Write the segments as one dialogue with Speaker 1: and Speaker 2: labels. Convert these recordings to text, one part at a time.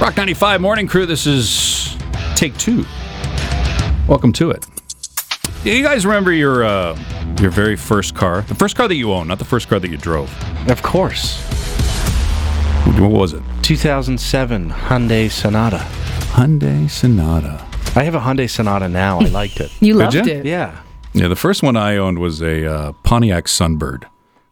Speaker 1: Rock 95 Morning Crew, this is take two. Welcome to it. You guys remember your uh, your very first car? The first car that you owned, not the first car that you drove.
Speaker 2: Of course.
Speaker 1: What was it?
Speaker 2: 2007 Hyundai Sonata.
Speaker 1: Hyundai Sonata.
Speaker 2: I have a Hyundai Sonata now. I liked it.
Speaker 3: You loved
Speaker 1: ya?
Speaker 3: it.
Speaker 2: Yeah.
Speaker 1: Yeah, the first one I owned was a uh, Pontiac Sunbird,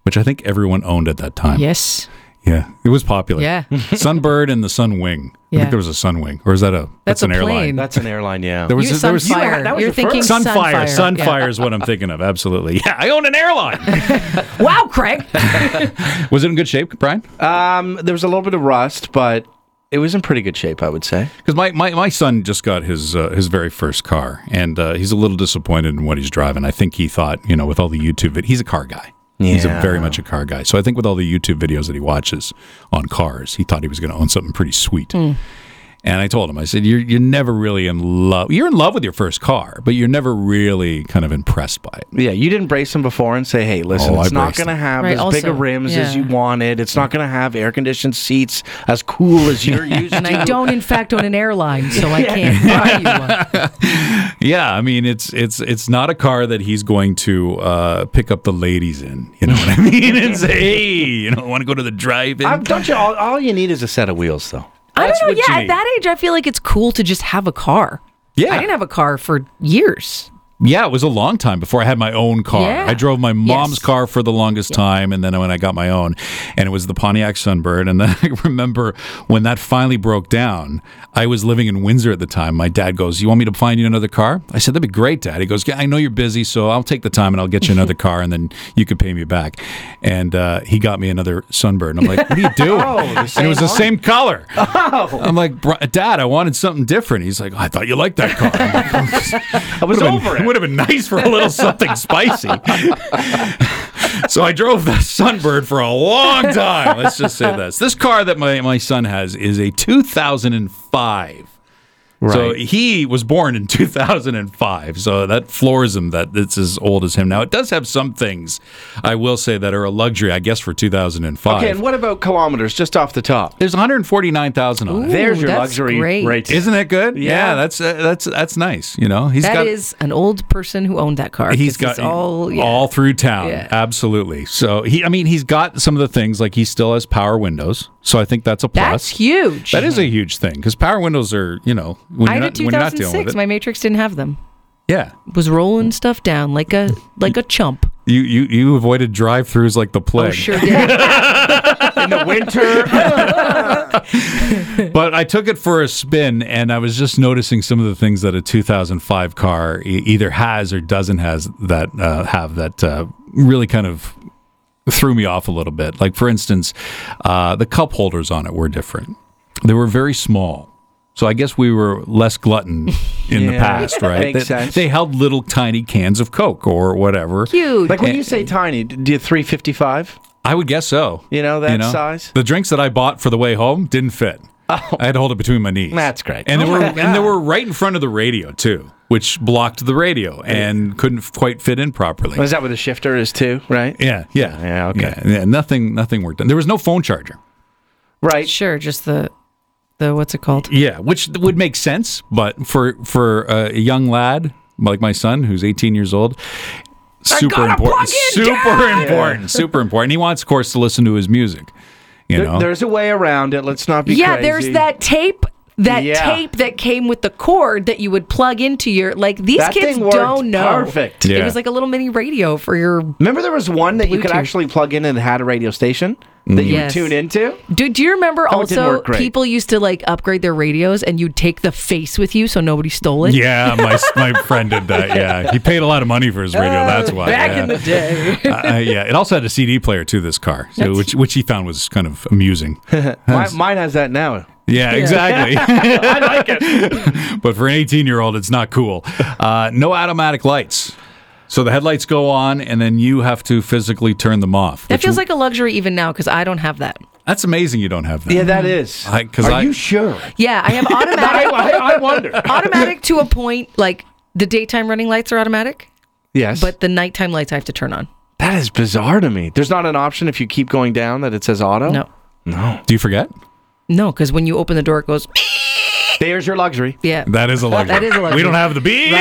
Speaker 1: which I think everyone owned at that time.
Speaker 3: Yes.
Speaker 1: Yeah, it was popular.
Speaker 3: Yeah.
Speaker 1: Sunbird and the Sunwing. I
Speaker 3: Yeah.
Speaker 1: think there was a Sunwing, or is that a
Speaker 3: That's
Speaker 1: an
Speaker 3: a
Speaker 1: airline?
Speaker 3: plane.
Speaker 2: That's an airline, yeah.
Speaker 1: There was
Speaker 3: you,
Speaker 1: there was
Speaker 3: Sunfire.
Speaker 2: that was
Speaker 3: You're
Speaker 2: your
Speaker 3: thinking
Speaker 2: first-
Speaker 1: Sunfire.
Speaker 3: Sunfire.
Speaker 1: Sunfire, is what I'm thinking of. Absolutely. Yeah, I owned an airline.
Speaker 3: Yeah. Wow, Craig.
Speaker 1: was it in good shape, Brian?
Speaker 2: Um, there was a little bit of rust, but it was in pretty good shape, I would say.
Speaker 1: Because my, my, my son just got his uh, his very first car, and uh, he's a little disappointed in what he's driving. I think he thought, you know, with all the YouTube, vid- he's a car guy. He's a
Speaker 2: Yeah.
Speaker 1: very much a car guy. So I think with all the YouTube videos that he watches on cars, he thought he was going to own something pretty sweet.
Speaker 2: Hmm.
Speaker 1: And I told him, I said, you're, you're never really in love. You're in love with your first car, but you're never really kind of impressed by it.
Speaker 2: Yeah, you didn't brace them before and say, "Hey, listen,
Speaker 1: Oh, I
Speaker 2: it's not
Speaker 1: braced
Speaker 2: going to
Speaker 1: them.
Speaker 2: have
Speaker 3: Right,
Speaker 2: as big
Speaker 3: also,
Speaker 2: of rims as
Speaker 3: yeah.
Speaker 2: you wanted. It's not going to have air conditioned seats as cool as you're used
Speaker 3: and
Speaker 2: to."
Speaker 3: I don't, in fact, own an airline, so I can't buy you one.
Speaker 1: Yeah, I mean, it's it's it's not a car that he's going to uh, pick up the ladies in. You know what I mean? And say, hey, you know, want to go to the drive-in?
Speaker 2: I'm, don't you? All, all you need is a set of wheels, though.
Speaker 3: I
Speaker 1: That's
Speaker 3: don't know.
Speaker 1: what you
Speaker 3: Yeah,
Speaker 1: need.
Speaker 3: at that age, I feel like it's cool to just have a car.
Speaker 1: Yeah.
Speaker 3: I didn't have a car for years.
Speaker 1: Yeah, it was a long time before I had my own car.
Speaker 3: Yeah.
Speaker 1: I drove my mom's
Speaker 3: Yes.
Speaker 1: car for the longest time, and then when I got my own, and it was the Pontiac Sunbird. And then I remember when that finally broke down, I was living in Windsor at the time. My dad goes, You want me to find you another car? I said, That'd be great, Dad. He goes, Yeah, I know you're busy, so I'll take the time and I'll get you another car, and then you can pay me back. And uh, he got me another Sunbird. And I'm like, What are you doing? and it was the same color. I'm like, "Bro- Dad, I wanted something different. He's like, I thought you liked that car. I'm like,
Speaker 2: I was
Speaker 1: would've been-
Speaker 2: over
Speaker 1: it. Would have been nice for a little something spicy. so I drove the Sunbird for a long time. Let's just say this: this car that my my son has is a 2005. So
Speaker 2: Right.
Speaker 1: he was born in 2005. So that floors him that it's as old as him. Now it does have some things I will say that are a luxury, I guess, for 2005.
Speaker 2: Okay, and what about kilometers? Just off the top,
Speaker 1: There's 149,000 on it.
Speaker 2: there's your
Speaker 3: that's
Speaker 2: luxury
Speaker 3: great.
Speaker 2: rate.
Speaker 1: Isn't that good?
Speaker 2: Yeah.
Speaker 1: that's uh, that's that's nice. You know, he's
Speaker 3: That
Speaker 1: got
Speaker 3: is an old person who owned that car.
Speaker 1: he's
Speaker 3: 'cause
Speaker 1: got
Speaker 3: it's all, yeah.
Speaker 1: all through town
Speaker 3: Yeah.
Speaker 1: absolutely so he i mean he's got some of the things like he still has power windows so i think that's a plus
Speaker 3: That's huge.
Speaker 1: that is a huge thing because power windows are you know when
Speaker 3: I
Speaker 1: you're,
Speaker 3: had a
Speaker 1: not, when you're not dealing with
Speaker 3: 2006.
Speaker 1: it
Speaker 3: My Matrix didn't have them.
Speaker 1: yeah
Speaker 3: Was rolling stuff down like a like a chump.
Speaker 1: you you you avoided drive-throughs like the plague
Speaker 3: Oh, sure did.
Speaker 2: in the winter?
Speaker 1: but I took it for a spin, and I was just noticing some of the things that a 2005 car e- either has or doesn't has that uh, have that uh, really kind of threw me off a little bit. Like for instance, uh, the cup holders on it were different; they were very small. So I guess we were less glutton in the
Speaker 2: Yeah.
Speaker 1: past, right?
Speaker 2: Makes
Speaker 1: they,
Speaker 2: sense.
Speaker 1: they held little tiny cans of Coke or whatever.
Speaker 3: Cute.
Speaker 2: Like when you say tiny, d- do you 355?
Speaker 1: I would guess so.
Speaker 2: You know, that size?
Speaker 1: The drinks that I bought for the way home didn't fit. I had to hold it between my knees.
Speaker 2: That's great.
Speaker 1: And they
Speaker 2: Oh
Speaker 1: were
Speaker 2: my
Speaker 1: and they were right in front of the radio too, which blocked the radio and couldn't f- quite fit in properly.
Speaker 2: Is that what a shifter is too, right?
Speaker 1: yeah, yeah,
Speaker 2: Yeah, okay.
Speaker 1: Yeah, yeah, nothing, nothing worked. There was no phone charger.
Speaker 2: Right.
Speaker 3: sure, just the the what's it called?
Speaker 1: Yeah, which would make sense, but for for uh, a young lad like my son who's 18 years old, super important, super important, super important. He wants, of course, to listen to his music. You
Speaker 2: There-
Speaker 1: know,
Speaker 2: there's a way around it. Let's not be
Speaker 3: yeah,
Speaker 2: crazy.
Speaker 3: there's that tape. That
Speaker 2: Yeah.
Speaker 3: tape that came with the cord that you would plug into your like these
Speaker 2: That
Speaker 3: kids
Speaker 2: thing worked
Speaker 3: don't know.
Speaker 2: perfect.
Speaker 1: Yeah.
Speaker 3: It was like a little mini radio for your
Speaker 2: Remember, there was one that you could
Speaker 3: Bluetooth.
Speaker 2: actually plug in and it had a radio station
Speaker 1: Mm.
Speaker 2: that you
Speaker 3: Yes.
Speaker 2: would tune into.
Speaker 3: Do, do you remember
Speaker 2: Oh, it didn't
Speaker 3: also
Speaker 2: work great.
Speaker 3: people used to like upgrade their radios and you'd take the face with you so nobody stole it?
Speaker 1: yeah, my my friend did that. Yeah, he paid a lot of money for his radio. That's why.
Speaker 3: Oh, Back
Speaker 1: yeah.
Speaker 3: in the day.
Speaker 1: Uh, uh, yeah, it also had a CD player to this car, so, which which he found was kind of amusing.
Speaker 2: My, mine has that now.
Speaker 1: Yeah, exactly. I like it. but for an 18 year old, it's not cool. Uh, no automatic lights. So the headlights go on, and then you have to physically turn them off.
Speaker 3: that
Speaker 1: which-
Speaker 3: feels like a luxury even now because I don't have that.
Speaker 1: that's amazing. You don't have that.
Speaker 2: Yeah, that is.
Speaker 1: Mm. I- 'cause
Speaker 2: Are
Speaker 1: I-
Speaker 2: you sure?
Speaker 3: Yeah, I have
Speaker 2: I,
Speaker 3: automatic
Speaker 2: I, I wonder.
Speaker 3: automatic to a point like the daytime running lights are automatic,
Speaker 2: Yes,
Speaker 3: but the nighttime lights I have to turn on.
Speaker 2: that is bizarre to me. There's not an option if you keep going down that it says auto.
Speaker 3: No.
Speaker 1: Do you forget?
Speaker 3: No, because when you open the door it goes
Speaker 2: There's your luxury.
Speaker 3: Yeah.
Speaker 1: That is a luxury.
Speaker 3: That is a luxury.
Speaker 1: We don't have the beat.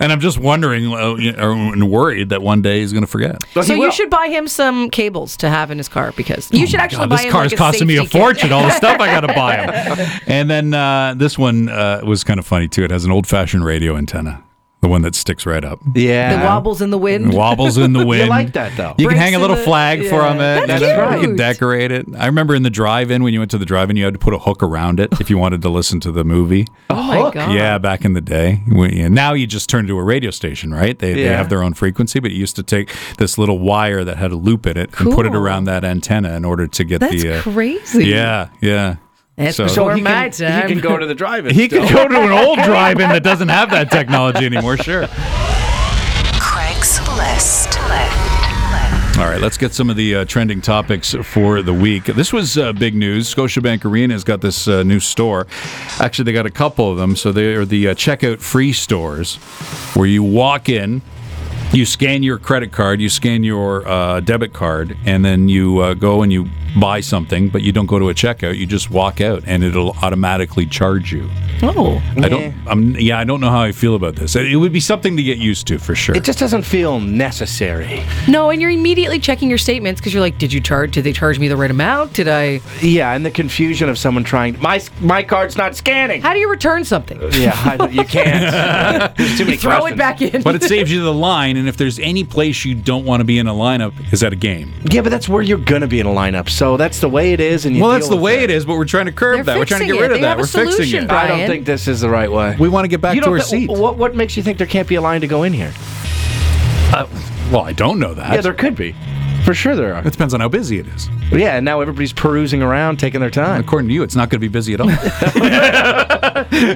Speaker 1: and I'm just wondering uh, you know, and worried that one day he's going to forget.
Speaker 2: But
Speaker 3: so
Speaker 2: he will.
Speaker 3: you should buy him some cables to have in his car because you should actually
Speaker 1: God,
Speaker 3: buy
Speaker 1: this
Speaker 3: him
Speaker 1: car's
Speaker 3: like, a
Speaker 1: costing me a
Speaker 3: safety kit.
Speaker 1: fortune. All the stuff I got to buy him. And then uh, this one uh, was kind of funny too. It has an old fashioned radio antenna, the one that sticks right up.
Speaker 2: Yeah.
Speaker 3: The wobbles in the wind.
Speaker 1: wobbles in the wind.
Speaker 2: like that, though.
Speaker 1: You can
Speaker 3: Breaks
Speaker 1: hang a
Speaker 3: in
Speaker 1: little
Speaker 3: the-
Speaker 1: flag for
Speaker 3: yeah.
Speaker 1: them. and
Speaker 3: That's
Speaker 1: then You can
Speaker 3: cute.
Speaker 1: decorate it. I remember in the drive-in when you went to the drive-in, you had to put a hook around it if you wanted to listen to the movie.
Speaker 3: oh my god.
Speaker 1: Yeah, back in the day. We- yeah, Now you just turn to a radio station, right? They, they
Speaker 2: Yeah.
Speaker 1: have their own frequency, but you used to take this little wire that had a loop in it and put it
Speaker 3: Cool.
Speaker 1: around that antenna in order to get
Speaker 3: That's
Speaker 1: the. Uh,
Speaker 3: crazy.
Speaker 1: yeah, yeah.
Speaker 3: That's
Speaker 1: So-
Speaker 2: So
Speaker 3: before
Speaker 2: he
Speaker 3: my
Speaker 2: can, he
Speaker 3: time.
Speaker 2: can go to the drive-in.
Speaker 1: He
Speaker 2: still.
Speaker 1: could go to an old drive-in that doesn't have that technology anymore. Sure.
Speaker 4: Craig's List.
Speaker 1: All right, let's get some of the uh, trending topics for the week. This was uh, big news. Scotiabank Arena has got this uh, new store. Actually, they got a couple of them. So they are the uh, checkout free stores where you walk in, you scan your credit card, you scan your uh, debit card, and then you uh, go and you buy something, but you don't go to a checkout. You just walk out and it'll automatically charge you.
Speaker 3: Oh.
Speaker 1: I don't, I'm, yeah, I don't know how I feel about this. It would be something to get used to for sure.
Speaker 2: It just doesn't feel necessary.
Speaker 3: No, and you're immediately checking your statements because you're like, did you charge? Did they charge me the right amount? Did I?
Speaker 2: Yeah, and the confusion of someone trying my my card's not scanning.
Speaker 3: How do you return something?
Speaker 2: Yeah, I, you can't. There's too many
Speaker 3: Throw
Speaker 2: questions.
Speaker 3: it back in.
Speaker 1: but it saves you the line. And if there's any place you don't want to be in a lineup, is at a game.
Speaker 2: Yeah, but that's where you're gonna be in a lineup. So that's the way it is. And you
Speaker 1: Well, that's
Speaker 2: deal
Speaker 1: the
Speaker 2: with
Speaker 1: way
Speaker 2: it.
Speaker 1: it is, but we're trying to curb
Speaker 3: They're
Speaker 1: that. We're trying to get
Speaker 3: fixing
Speaker 1: rid
Speaker 3: it.
Speaker 1: of
Speaker 3: They
Speaker 1: that.
Speaker 3: have a
Speaker 1: We're fixing
Speaker 3: solution,
Speaker 1: it.
Speaker 3: Brian.
Speaker 2: I don't think this is the right way.
Speaker 1: We want to get back
Speaker 2: You
Speaker 1: to
Speaker 2: don't
Speaker 1: our
Speaker 2: thi-
Speaker 1: seat.
Speaker 2: What what makes you think there can't be a line to go in here?
Speaker 1: Well, I don't know that.
Speaker 2: yeah, there could be. For sure there are.
Speaker 1: it depends on how busy it is.
Speaker 2: Yeah, and now everybody's perusing around, taking their time.
Speaker 1: According to you, it's not going to be busy at all.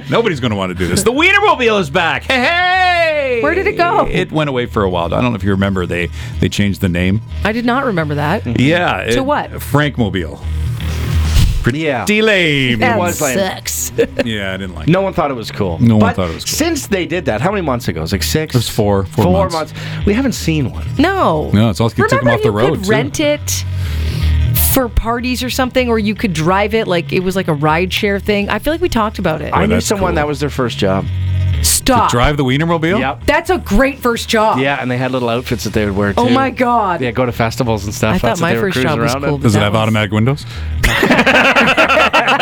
Speaker 1: Nobody's going to want to do this. The Wienermobile is back. Hey, hey!
Speaker 3: Where did it go?
Speaker 1: It went away for a while. I don't know if you remember. They they changed the name.
Speaker 3: I did not remember that.
Speaker 1: Yeah. To
Speaker 3: what?
Speaker 1: Frankmobile. Pretty
Speaker 2: Yeah.
Speaker 1: lame.
Speaker 2: It was lame.
Speaker 3: Sucks.
Speaker 1: Yeah, I didn't like. it.
Speaker 2: No one thought it was cool.
Speaker 1: No one
Speaker 2: But
Speaker 1: thought it was cool.
Speaker 2: Since they did that, how many months ago? It was like six.
Speaker 1: It was four- four months.
Speaker 2: We haven't seen one.
Speaker 3: No.
Speaker 1: No, it's also- you
Speaker 3: Remember
Speaker 1: took them off the
Speaker 3: you
Speaker 1: road,
Speaker 3: Could
Speaker 1: too.
Speaker 3: rent it for parties or something, or you could drive it like it was like a ride share thing. I feel like we talked about it.
Speaker 2: I knew
Speaker 1: that's
Speaker 2: someone
Speaker 1: cool.
Speaker 2: that was their first job.
Speaker 3: Stop.
Speaker 1: Drive the Wienermobile?
Speaker 3: That's a great first job.
Speaker 2: Yeah, and they had little outfits that they would wear too.
Speaker 3: Oh my god.
Speaker 2: Yeah, go to festivals and stuff.
Speaker 3: I
Speaker 2: That's
Speaker 3: thought
Speaker 2: what
Speaker 3: my
Speaker 2: they were
Speaker 3: first
Speaker 2: cruising
Speaker 3: job was
Speaker 2: around in.
Speaker 3: cool. but
Speaker 1: Does it
Speaker 3: that
Speaker 1: have
Speaker 3: was-
Speaker 1: automatic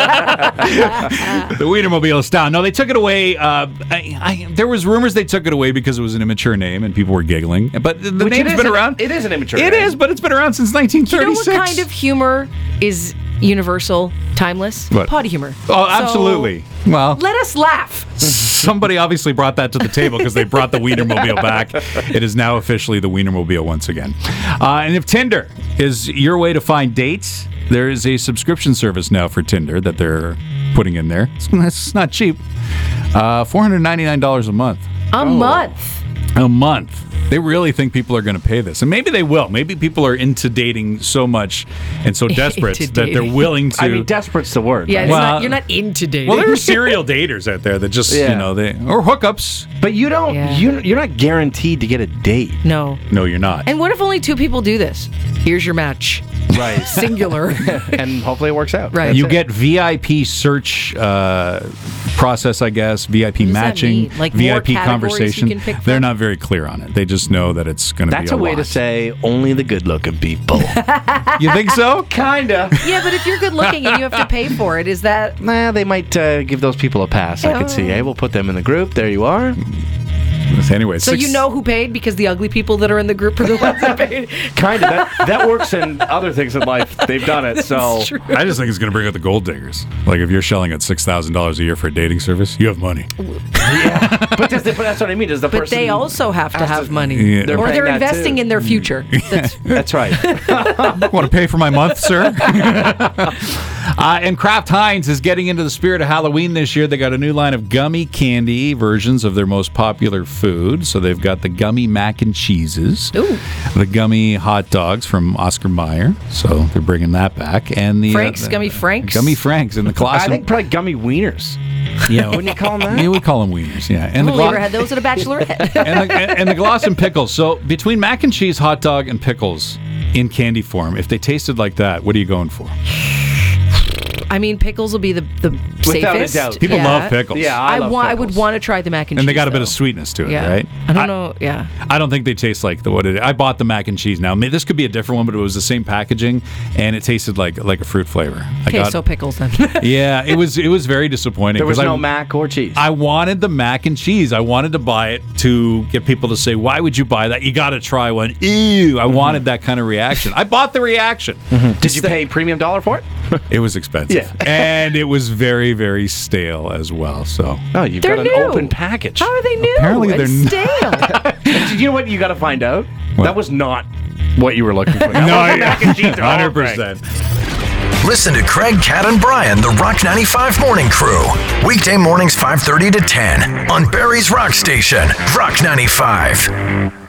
Speaker 1: windows? the Wienermobile is down. No, they took it away. Uh, I, I, there was rumors they took it away because it was an immature name and people were giggling. But the, the
Speaker 2: Which it
Speaker 1: name's
Speaker 2: is
Speaker 1: been
Speaker 2: an-
Speaker 1: around.
Speaker 2: It is an immature.
Speaker 1: It
Speaker 2: name.
Speaker 1: is, but it's been around since
Speaker 3: You know
Speaker 1: 1936.
Speaker 3: what kind of humor is universal, timeless?
Speaker 1: What?
Speaker 3: Potty humor.
Speaker 1: Oh,
Speaker 3: So,
Speaker 1: absolutely. well,
Speaker 3: let us laugh.
Speaker 1: somebody obviously brought that to the table because they brought the Wienermobile back. It is now officially the Wienermobile once again. Uh, and if Tinder is your way to find dates, there is a subscription service now for Tinder that they're putting in there. It's, it's not cheap. Uh, $499 a month.
Speaker 3: A month.
Speaker 1: A month. They really think people are going to pay this. And maybe they will. Maybe people are into dating so much and so desperate
Speaker 3: Into
Speaker 1: that they're
Speaker 3: dating.
Speaker 1: willing to.
Speaker 2: I mean, desperate's the word.
Speaker 3: Yeah,
Speaker 2: right?
Speaker 3: it's
Speaker 1: Well-
Speaker 3: not, you're not into dating.
Speaker 1: well, there are serial daters out there that just, you
Speaker 2: Yeah.
Speaker 1: know, they. Or hookups.
Speaker 2: But you don't.
Speaker 3: Yeah.
Speaker 2: You you're not guaranteed to get a date.
Speaker 3: no.
Speaker 1: No, you're not.
Speaker 3: And what if only two people do this? Here's your match.
Speaker 2: Right.
Speaker 3: Singular.
Speaker 2: and hopefully it works out.
Speaker 3: Right.
Speaker 1: you get VIP search uh, process, I guess, VIP
Speaker 3: does that
Speaker 1: matching,
Speaker 3: mean? Like, more
Speaker 1: VIP
Speaker 3: categories you
Speaker 1: conversation.
Speaker 3: can pick
Speaker 1: They're
Speaker 3: from?
Speaker 1: not very clear on it. They just know that it's going to be
Speaker 2: That's
Speaker 1: a,
Speaker 2: a way to
Speaker 1: lot.
Speaker 2: say only the good-looking people.
Speaker 1: You think so?
Speaker 2: Kinda.
Speaker 3: yeah, but if you're good looking and you have to pay for it, is that
Speaker 2: Nah, they might uh, give those people a pass. I could see.
Speaker 3: Oh.
Speaker 2: Hey, we'll put them in the group. There you are.
Speaker 1: anyway,
Speaker 3: so? You know who paid because the ugly people that are in the group are the ones that paid.
Speaker 2: Kinda. That, that works in other things in life. They've done it. So
Speaker 1: I just think it's going to bring out the gold diggers. Like if you're shelling out six thousand dollars a year for a dating service, you have money.
Speaker 2: But, does the, but that's what I mean. Does the
Speaker 3: But
Speaker 2: person?
Speaker 3: they also have to
Speaker 2: has
Speaker 3: have
Speaker 2: to-
Speaker 3: money,
Speaker 1: Yeah. They're
Speaker 3: or
Speaker 2: paying
Speaker 3: they're
Speaker 2: that
Speaker 3: investing
Speaker 2: too.
Speaker 3: in their future. That's
Speaker 2: That's right.
Speaker 1: Want to pay for my month, sir? uh, and Kraft Heinz is getting into the spirit of Halloween this year. They got a new line of gummy candy versions of their most popular food. So they've got the gummy mac and cheeses,
Speaker 3: Ooh.
Speaker 1: the gummy hot dogs from Oscar Mayer. So they're bringing that back, and the
Speaker 3: Frank's,
Speaker 1: the-
Speaker 3: Gummy Franks?
Speaker 1: gummy Franks, and the
Speaker 2: I
Speaker 1: Colossal.
Speaker 2: think probably gummy wieners.
Speaker 1: yeah,
Speaker 2: Wouldn't you call them that?
Speaker 1: yeah, we call them wieners. Yeah, and
Speaker 3: I've
Speaker 1: the
Speaker 3: only ever
Speaker 1: Glo-
Speaker 3: had those at a bachelorette.
Speaker 1: and the, and the gloss and pickles. So between mac and cheese, hot dog, and pickles in candy form, if they tasted like that, what are you going for?
Speaker 3: I mean, pickles will be the the
Speaker 2: Without a
Speaker 3: safest.
Speaker 2: doubt.
Speaker 1: People
Speaker 3: Yeah.
Speaker 1: love pickles.
Speaker 2: Yeah, I,
Speaker 3: I,
Speaker 2: love
Speaker 3: want. I
Speaker 2: pickles.
Speaker 3: would want to try the mac and, cheese.
Speaker 1: And they got a bit of
Speaker 3: though.
Speaker 1: sweetness to it,
Speaker 3: Yeah.
Speaker 1: right?
Speaker 3: I don't know. Yeah.
Speaker 1: I don't think they taste like the what it. I bought the mac and cheese. Now may- this could be a different one, but it was the same packaging, and it tasted like like a fruit flavor. I
Speaker 3: Okay,
Speaker 1: got-
Speaker 3: so pickles then.
Speaker 1: yeah, it was it was very disappointing.
Speaker 2: There was
Speaker 1: 'cause
Speaker 2: no
Speaker 1: I,
Speaker 2: mac or cheese.
Speaker 1: I wanted the mac and cheese. I wanted to buy it to get people to say, "Why would you buy that? You got to try one." Ew! I
Speaker 2: Mm-hmm.
Speaker 1: wanted that kind of reaction. I bought the reaction.
Speaker 2: Did you pay premium dollar for it?
Speaker 1: It was expensive.
Speaker 2: Mm-hmm. Yeah.
Speaker 1: and it was very, very stale as well. So
Speaker 2: No, Oh, you've
Speaker 3: They're
Speaker 2: got an
Speaker 3: new.
Speaker 2: open package.
Speaker 3: How are they new?
Speaker 1: Apparently
Speaker 3: and
Speaker 1: they're n-
Speaker 3: stale.
Speaker 2: Did you know what you got to find out?
Speaker 1: What?
Speaker 2: That was not what you were looking for. That wasn't mac and cheese at all,
Speaker 1: hundred
Speaker 2: Frank.
Speaker 1: percent.
Speaker 5: Listen to Craig, Cat, and Brian, the Rock 95 Morning Crew. Weekday mornings 5.30 to 10 on Barry's Rock Station, Rock 95.